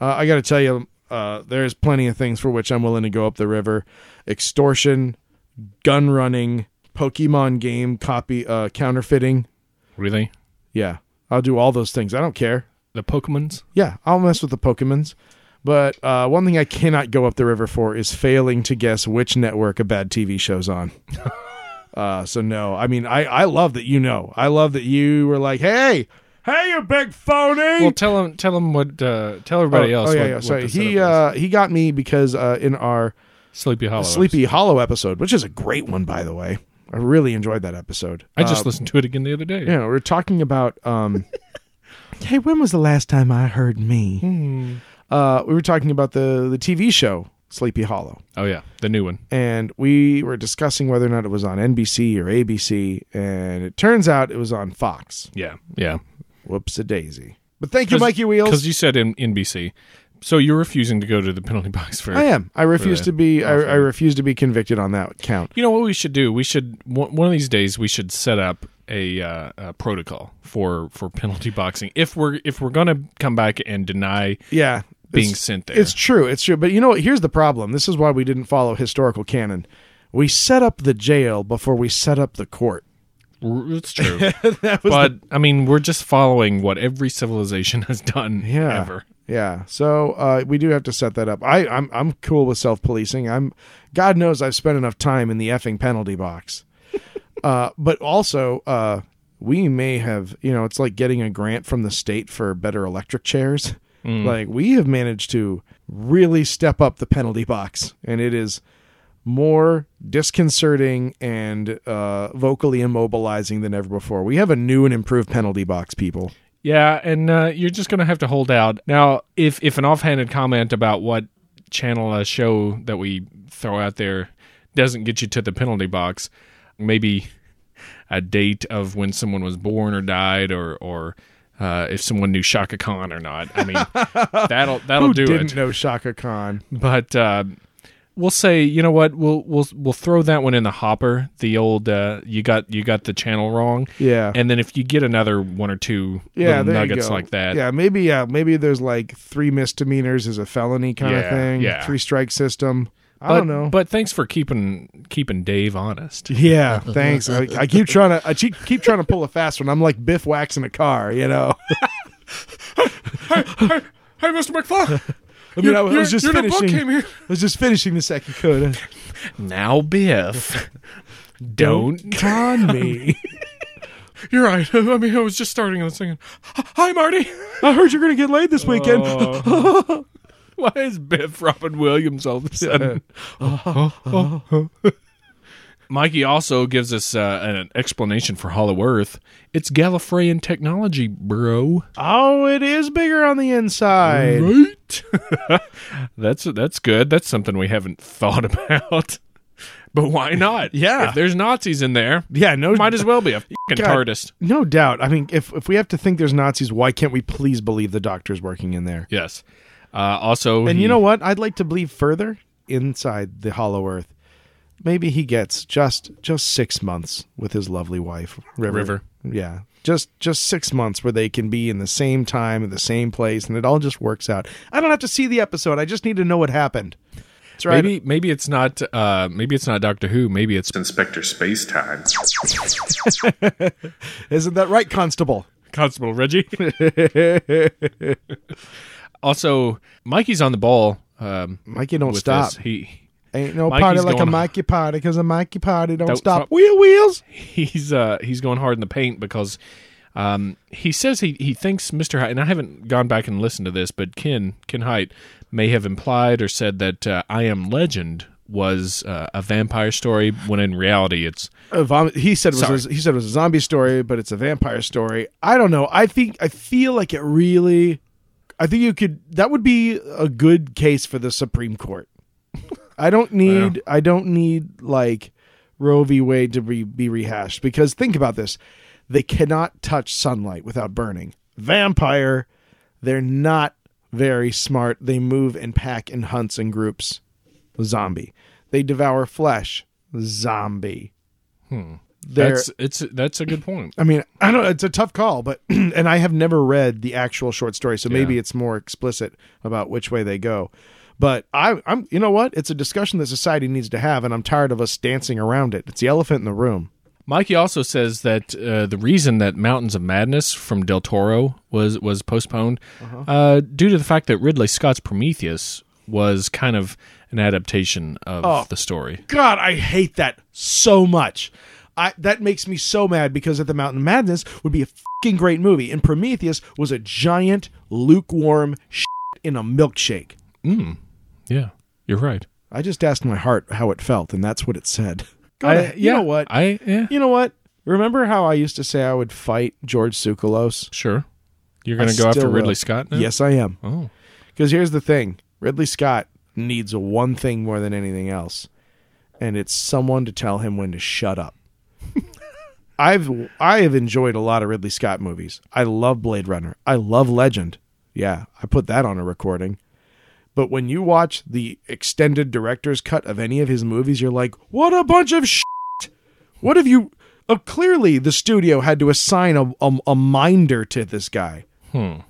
S2: Uh, I got to tell you, uh, there's plenty of things for which I'm willing to go up the river extortion, gun running, Pokemon game copy, uh, counterfeiting.
S1: Really?
S2: Yeah, I'll do all those things. I don't care.
S1: The Pokemons?
S2: Yeah, I'll mess with the Pokemons. But uh, one thing I cannot go up the river for is failing to guess which network a bad TV show's on. uh, so no, I mean I I love that you know. I love that you were like, hey, hey, you big phony.
S1: Well, tell him. Tell him what. Uh, tell everybody
S2: oh,
S1: else.
S2: oh, yeah,
S1: what-
S2: yeah.
S1: what
S2: Sorry,
S1: the
S2: he
S1: setup
S2: uh, he got me because uh, in our
S1: is. Sleepy Hollow.
S2: Sleepy Hollow episode, which is a great one by the way, I really enjoyed that episode.
S1: I just listened to it again the other day.
S2: you know, we're talking about um Hey, when was the last time I heard me? Uh we were talking about the the TV show Sleepy Hollow
S1: Oh yeah, the new one.
S2: and we were discussing whether or not it was on NBC or ABC and it turns out it was on Fox.
S1: Yeah, yeah.
S2: Whoops a daisy. But thank you Mikey Wheels.
S1: Because you said in NBC, so you're refusing to go to the penalty box for.
S2: I am. I refuse
S1: the
S2: to be I, I refuse to be convicted on that count.
S1: You know what we should do? We should one one of these days we should set up a, uh, a protocol for for penalty boxing if we're if we're gonna come back and deny
S2: Yeah.
S1: being
S2: it's-
S1: sent there.
S2: It's true. It's true. But you know what? Here's the problem. This is why we didn't follow historical canon. We set up the jail before we set up the court.
S1: R- It's true. but I mean, we're just following what every civilization has done
S2: yeah.
S1: ever.
S2: Yeah. So uh, we do have to set that up. I, I'm I'm cool with self policing. I'm God knows I've spent enough time in the effing penalty box. uh, but also uh, we may have you know it's like getting a grant from the state for better electric chairs. Like we have managed to really step up the penalty box, and it is more disconcerting and uh, vocally immobilizing than ever before. We have a new and improved penalty box, people.
S1: Yeah, and uh, you're just gonna have to hold out. Now, if if an offhanded comment about what channel a show that we throw out there doesn't get you to the penalty box, maybe a date of when someone was born or died, or or uh, if someone knew Shaka Khan or not. I mean, that'll that'll
S2: Who
S1: do
S2: didn't
S1: it.
S2: know Shaka Khan?
S1: But uh, we'll say you know what we'll we'll we'll throw that one in the hopper. The old uh, you got you got the channel wrong.
S2: Yeah.
S1: And then if you get another one or two
S2: yeah,
S1: little
S2: there you
S1: nuggets
S2: go.
S1: like that,
S2: Yeah, maybe yeah, maybe there's like three misdemeanors is a felony kind of
S1: Yeah,
S2: thing.
S1: yeah.
S2: Three strike system. I
S1: But,
S2: don't know.
S1: But thanks for keeping keeping Dave honest.
S2: yeah, thanks. I, I keep trying to I keep, keep trying to pull a fast one. I'm like Biff waxing a car, you know.
S1: Hey, Mr. McFly,
S2: I mean, I was- I was just finishing.
S1: here.
S2: I was just finishing the second code.
S1: Now, Biff, don't.
S2: Con me.
S1: You're right. I mean, I was just starting and singing. Hi, Marty.
S2: I heard you're gonna get laid this weekend.
S1: Why is Biff Robin Williams all of a sudden? Mikey also gives us uh, an explanation for Hollow Earth. It's Gallifreyan technology, bro.
S2: oh, it is bigger on the inside.
S1: Right? that's that's good. That's something we haven't thought about. But why not?
S2: Yeah.
S1: If there's Nazis in there,
S2: Yeah, no
S1: might as well be a fucking
S2: God.
S1: TARDIS.
S2: no doubt. I mean, if if we have to think there's Nazis, why can't we please believe the doctor's working in there?
S1: Yes. Uh, also,
S2: And
S1: he-
S2: you know what? I'd like to believe further inside the Hollow Earth. Maybe he gets just just six months with his lovely wife, River.
S1: River.
S2: Yeah, just just six months where they can be in the same time in the same place, and it all just works out. I don't have to see the episode. I just need to know what happened. That's right.
S1: maybe maybe it's not uh, maybe it's not Doctor Who. Maybe it's
S5: Inspector Space Time.
S2: Isn't that right, Constable?
S1: Constable Reggie. also, Mikey's on the ball. Um,
S2: Mikey, don't
S1: with
S2: stop.
S1: this. He
S2: Ain't no
S1: Mikey's
S2: party like a
S1: going-
S2: Mikey party because a Mikey party don't,
S1: Don't
S2: stop.
S1: stop.
S2: Wheel wheels.
S1: he's uh he's going hard in the paint because um he says he he thinks Mr. Height and I haven't gone back and listened to this, but Ken Ken Height may have implied or said that uh, I Am Legend was uh, a vampire story when in reality it's
S2: a vom- he said it was a, he said it was a zombie story, but it's a vampire story. I don't know. I think I feel like it really. I think you could. That would be a good case for the Supreme Court. I don't need. I don't need like Roe v. Wade to be, be rehashed because think about this: they cannot touch sunlight without burning. Vampire, they're not very smart. They move in pack and hunts in groups. Zombie. They devour flesh. Zombie. Hmm.
S1: that's it's that's a good point.
S2: I mean, I don't. It's a tough call, but and I have never read the actual short story, so maybe it's more explicit about which way they go. But I, I'm, you know what? It's a discussion that society needs to have, and I'm tired of us dancing around it. It's the elephant in the room.
S1: Mikey also says that uh, the reason that Mountains of Madness from Del Toro was was postponed uh due to the fact that Ridley Scott's Prometheus was kind of an adaptation of the story.
S2: God, I hate that so much. I that makes me so mad because at the Mountain of Madness would be a fucking great movie, and Prometheus was a giant lukewarm shit in a milkshake.
S1: Mm. Yeah, you're right.
S2: I just asked my heart how it felt, and that's what it said. God, I- you know what?
S1: I eh, yeah.
S2: You know what? Remember how I used to say I would fight George Tsoukalos?
S1: Sure. You're
S2: I
S1: going to go after
S2: still will.
S1: Ridley Scott now?
S2: Yes, I am.
S1: Oh.
S2: Because here's the thing Ridley Scott needs one thing more than anything else, and it's someone to tell him when to shut up. I've I have enjoyed a lot of Ridley Scott movies. I love Blade Runner. I love Legend. Yeah, I put that on a recording. But when you watch the extended director's cut of any of his movies, you're like, "What a bunch of shit! What have you?" Oh, clearly the studio had to assign a a, a minder to this guy.
S1: Hmm.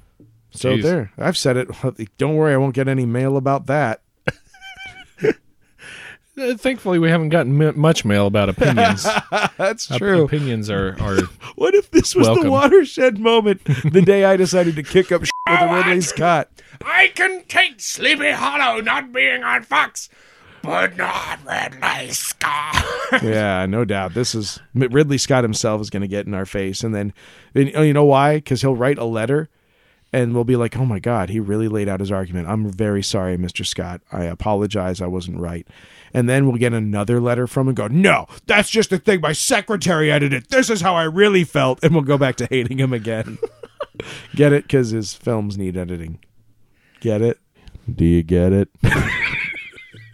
S2: So
S1: Jeez.
S2: there, I've said it. Don't worry, I won't get any mail about that.
S1: Uh, Thankfully, we haven't gotten m- much mail about opinions.
S2: That's
S1: Op-
S2: true.
S1: opinions are, are
S2: What if this was the
S1: Welcome.
S2: watershed moment? The day I decided to kick up shit with Ridley Scott.
S5: I can take Sleepy Hollow not being on Fox, but not Ridley Scott.
S2: Yeah, no doubt. This is Ridley Scott himself is going to get in our face, and then, and, oh, you know why? Because he'll write a letter, and we'll be like, "Oh my God, he really laid out his argument. I'm very sorry, Mr. Scott. I apologize. I wasn't right." And then we'll get another letter from him and go, "No, that's just a thing my secretary edited. This is how I really felt," and we'll go back to hating him again. get it? Because his films need editing. Get it? Do you get it?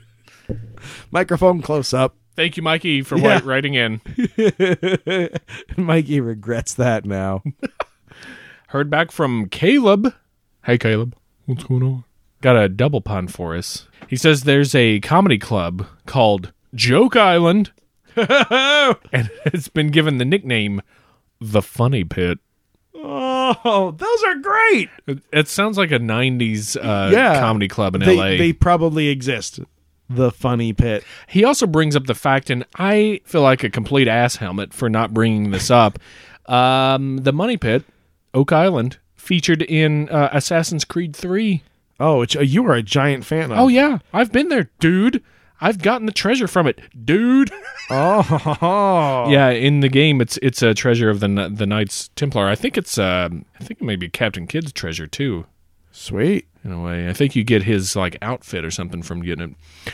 S2: Microphone close up.
S1: Thank you, Mikey, for
S2: Yeah.
S1: wri- writing in.
S2: Mikey regrets that now.
S1: Heard back from Caleb. Hey, Caleb. What's going on? got a double pun for us. He says there's a comedy club called Joke Island, and it's been given the nickname the Funny Pit.
S6: Oh, those are great.
S1: It, it sounds like a '90s uh,
S6: Yeah.
S1: comedy club in
S6: They,
S1: LA.
S6: they probably exist. The funny pit.
S1: He also brings up the fact, and I feel like a complete ass helmet for not bringing this up. um, the Money Pit, Oak Island, featured in uh, Assassin's Creed 3.
S6: Oh, which uh, you are a giant fan of.
S1: Oh, yeah. I've been there, dude. I've gotten the treasure from it, dude.
S6: Oh,
S1: Yeah, in the game, it's it's a treasure of the Kn- the Knights Templar. I think it's um, I think it may be Captain Kidd's treasure too.
S6: sweet.
S1: in a way. I think you get his like outfit or something from getting it.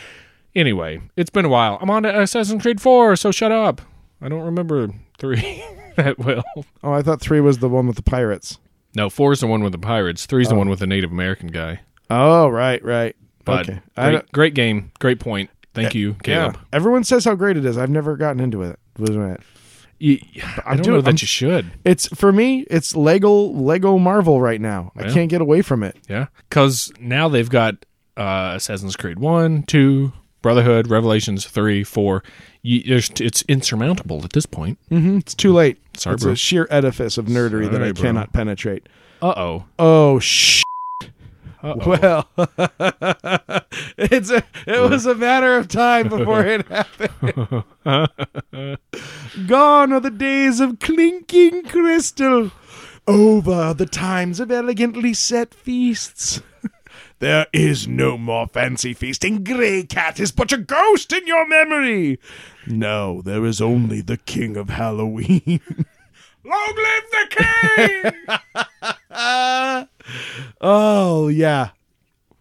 S1: Anyway, it's been a while. I'm on to Assassin's Creed 4, so shut up. I don't remember 3 that well.
S2: Oh, I thought three was the one with the pirates.
S1: No, 4 is the one with the pirates, 3 is the one with the Native American guy.
S2: Oh, right, right.
S1: But
S2: okay. I don't-
S1: great, great game, great point. Thank you,
S2: yeah.
S1: Caleb.
S2: Everyone says how great it is. I've never gotten into it. Wasn't it?
S1: You- I don't
S2: doing-
S1: know that
S2: I'm-
S1: you should.
S2: It's for me. It's Lego Lego Marvel right now. I
S1: Yeah.
S2: can't get away from it.
S1: Yeah. Cuz now they've got uh Assassin's Creed 1, 2, Brotherhood, Revelations 3, 4. You, there's, it's insurmountable at this point.
S2: hmm It's too late.
S1: Sorry,
S2: it's
S1: bro.
S2: a sheer edifice of nerdery that
S1: Sorry,
S2: I
S1: bro.
S2: cannot penetrate.
S1: Uh-oh.
S2: Oh sh!
S1: Uh-oh.
S2: Well, it's a, it was a matter of time before it happened. Gone are the days of clinking crystal. Over the times of elegantly set feasts. There is no more fancy feasting. Grey Cat is but a ghost in your memory. No, there is only the King of Halloween.
S5: Long live the king!
S2: oh, yeah.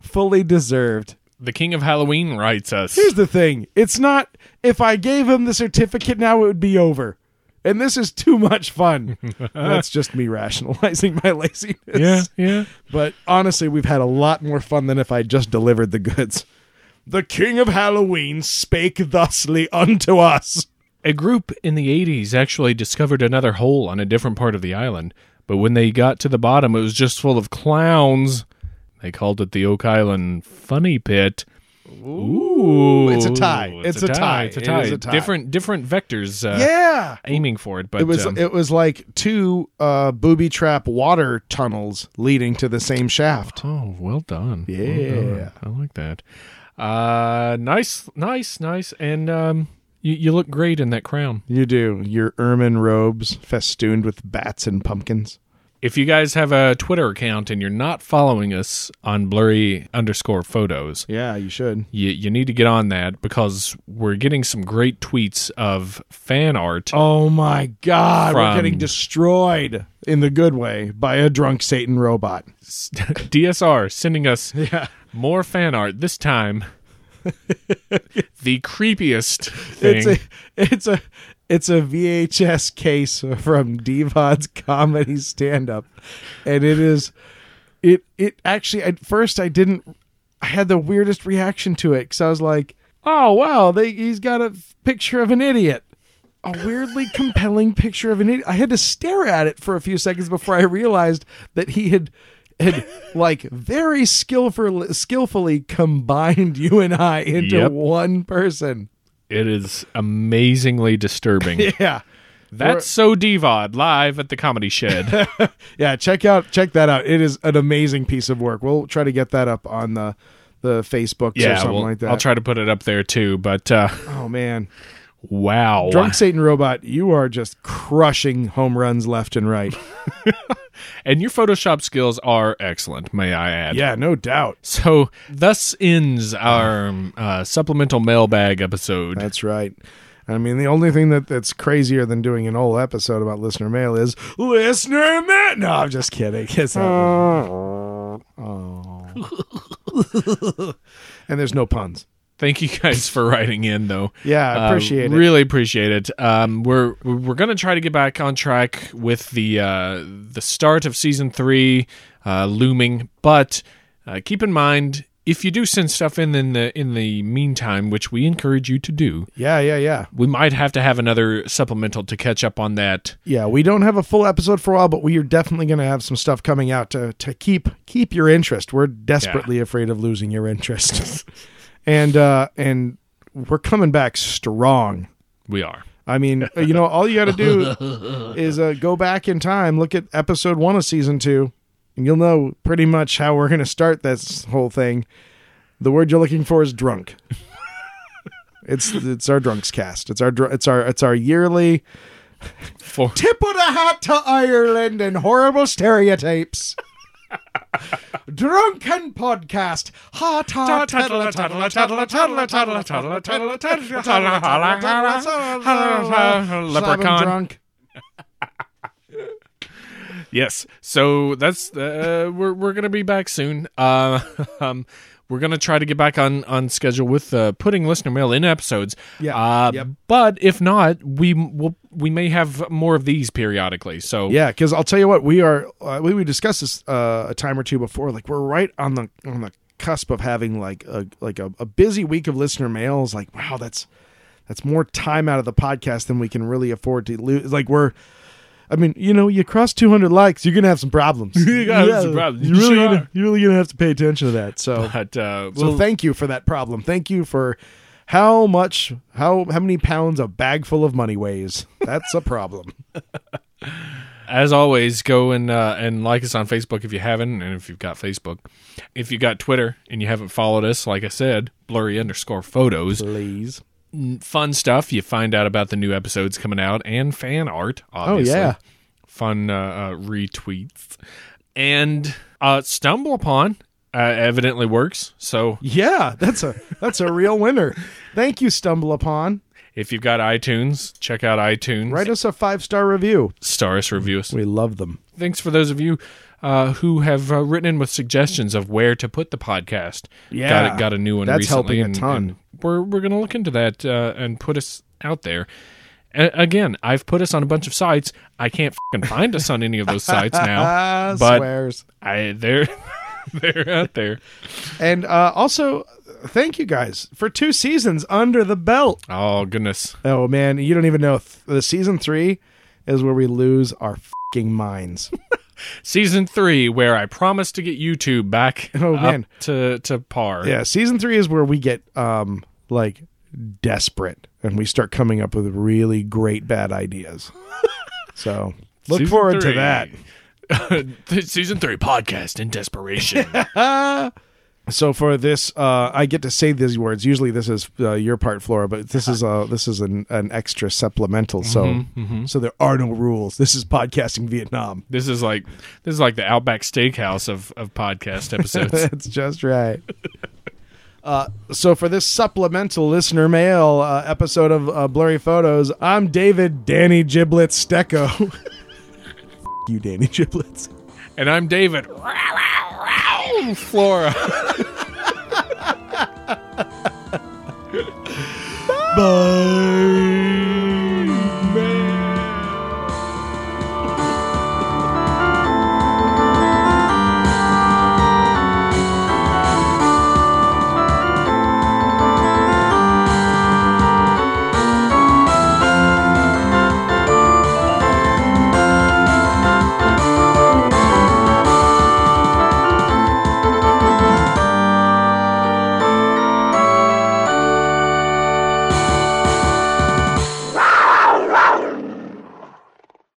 S2: Fully deserved.
S1: The King of Halloween writes us.
S2: Here's the thing. It's not if I gave him the certificate now it would be over. And this is too much fun. That's just me rationalizing my laziness.
S1: yeah, yeah.
S2: But honestly, we've had a lot more fun than if I just delivered the goods. The king of Halloween spake thusly unto us.
S1: A group in the 80s actually discovered another hole on a different part of the island, but when they got to the bottom, it was just full of clowns. They called it the Oak Island Funny Pit. Ooh,
S2: it's a tie. It's a tie.
S1: It's a
S2: It
S1: tie.
S2: is a tie.
S1: Different different vectors uh,
S2: Yeah.
S1: aiming for it, but
S2: It was
S1: um,
S2: it was like two uh booby trap water tunnels leading to the same shaft.
S1: oh, well done. Well
S2: Yeah.
S1: done. I like that. Uh, nice, nice, nice, and um, you, you look great in that crown.
S2: You do. Your ermine robes festooned with bats and pumpkins.
S1: If you guys have a Twitter account and you're not following us on blurry underscore photos,
S2: Yeah, you should.
S1: you, you need to get on that because we're getting some great tweets of fan art.
S2: Oh my God,
S1: From-
S2: we're getting destroyed in the good way by a drunk Satan robot.
S1: DSR sending us more fan art, this time the creepiest thing.
S2: It's a, it's a, it's a VHS case from Devon's comedy stand-up, and it is, it, it actually at first I didn't, I had the weirdest reaction to it because I was like, oh wow, they, he's got a picture of an idiot. A weirdly compelling picture of an idiot. I had to stare at it for a few seconds before I realized that he had had like very skillful, skillfully combined you and I into
S1: Yep.
S2: one person.
S1: it is amazingly disturbing.
S2: Yeah.
S1: That's so Devod live at the Comedy Shed.
S2: Yeah, check out check that out. It is an amazing piece of work. We'll try to get that up on the the Facebooks or
S1: yeah,
S2: something
S1: well,
S2: like that.
S1: I'll try to put it up there too. But uh,
S2: Oh man.
S1: wow,
S2: Drunk Satan Robot, you are just crushing home runs left and right.
S1: and your Photoshop skills are excellent, may I add.
S2: yeah, no doubt.
S1: So, thus ends our um, uh, supplemental mailbag episode.
S2: That's right. I mean, the only thing that, that's crazier than doing an whole episode about listener mail is listener mail. No, I'm just kidding. It's not- Oh. and there's no puns.
S1: Thank you guys for writing in, though.
S2: Yeah, I
S1: Uh,
S2: appreciate it.
S1: Really appreciate it. Um, we're we're gonna try to get back on track with the uh, the start of season three uh, looming, but uh, keep in mind if you do send stuff in in the in the meantime, which we encourage you to do,
S2: Yeah, yeah, yeah.
S1: we might have to have another supplemental to catch up on that.
S2: Yeah, we don't have a full episode for a while, but we are definitely going to have some stuff coming out to to keep keep your interest. We're desperately afraid of losing your interest, and uh, and we're coming back strong.
S1: We are.
S2: I mean, uh, you know, all you got to do is uh, go back in time, look at episode one of season two, and you'll know pretty much how we're going to start this whole thing. The word you're looking for is drunk. it's it's our drunks cast. It's our dr- it's our it's our yearly
S1: For
S2: tip of the hat to Ireland and horrible stereotypes. Drunken podcast. Ha ta tattla tattla tattla tattla tattla tattla tattla tattla tattla tattla tattla
S1: Leprechaun.
S2: drunk.
S1: Yes. So that's uh, we're we're gonna be back soon. Uh, um, we're gonna try to get back on on schedule with uh, putting listener mail in episodes.
S2: Yeah.
S1: Uh,
S2: Yep.
S1: But if not, we will we may have more of these periodically. So
S2: Yeah, because I'll tell you what, we are. Uh, we we discussed this uh, a time or two before. Like we're right on the on the cusp of having like a like a, a busy week of listener mails. Like wow, that's that's more time out of the podcast than we can really afford to lose. Like we're. I mean, you know, you cross 200 likes, you're gonna have some problems.
S1: You gotta have some problems.
S2: You're
S1: You
S2: really,
S1: sure
S2: gonna,
S1: are.
S2: you're really gonna have to pay attention to that. So,
S1: But uh,
S2: so
S1: we'll,
S2: thank you for that problem. Thank you for how much, how how many pounds a bag full of money weighs. That's a problem.
S1: as always, go and uh, and like us on Facebook if you haven't, and if you've got Facebook, if you got Twitter and you haven't followed us, like I said, blurry underscore photos,
S2: Please.
S1: fun stuff. You find out about the new episodes coming out and fan art. Obviously.
S2: yeah.
S1: fun uh, uh, retweets and uh, stumble upon. Uh, evidently works. So
S2: Yeah, that's a that's a real winner. Thank you, Stumble Upon.
S1: if you've got iTunes, check out iTunes.
S2: Write us a five star review.
S1: Star us, review us.
S2: We love them.
S1: Thanks for those of you uh, who have uh, written in with suggestions of where to put the podcast.
S2: Yeah.
S1: got, it, got a new one.
S2: That's
S1: recently
S2: helping a
S1: and-
S2: ton.
S1: and we're we're gonna look into that uh, and put us out there. A- again, I've put us on a bunch of sites. I can't fing find us on any of those sites now.
S2: Uh,
S1: but
S2: swears.
S1: I they're they're out there.
S2: And uh, also, thank you guys for two seasons under the belt.
S1: Oh goodness.
S2: Oh man, you don't even know. Th- the season three is where we lose our fing minds.
S1: Season three, where I promised to get YouTube back
S2: Oh,
S1: up
S2: man.
S1: to to par.
S2: yeah, season three is where we get um like desperate and we start coming up with really great bad ideas. So look
S1: Season
S2: forward
S1: three.
S2: to that.
S1: Season three podcast in desperation.
S2: So for this, uh, I get to say these words. Usually, this is uh, your part, Flora, but this is uh, this is an, an extra supplemental. So, so there are no rules. This is podcasting Vietnam.
S1: This is like this is like the Outback Steakhouse of of podcast episodes.
S2: That's just right. Uh, so for this supplemental listener mail uh, episode of uh, Blurry Photos, I'm David Danny Giblets Stecco. F- you, Danny Giblets.
S1: and I'm David. Flora.
S2: Bye.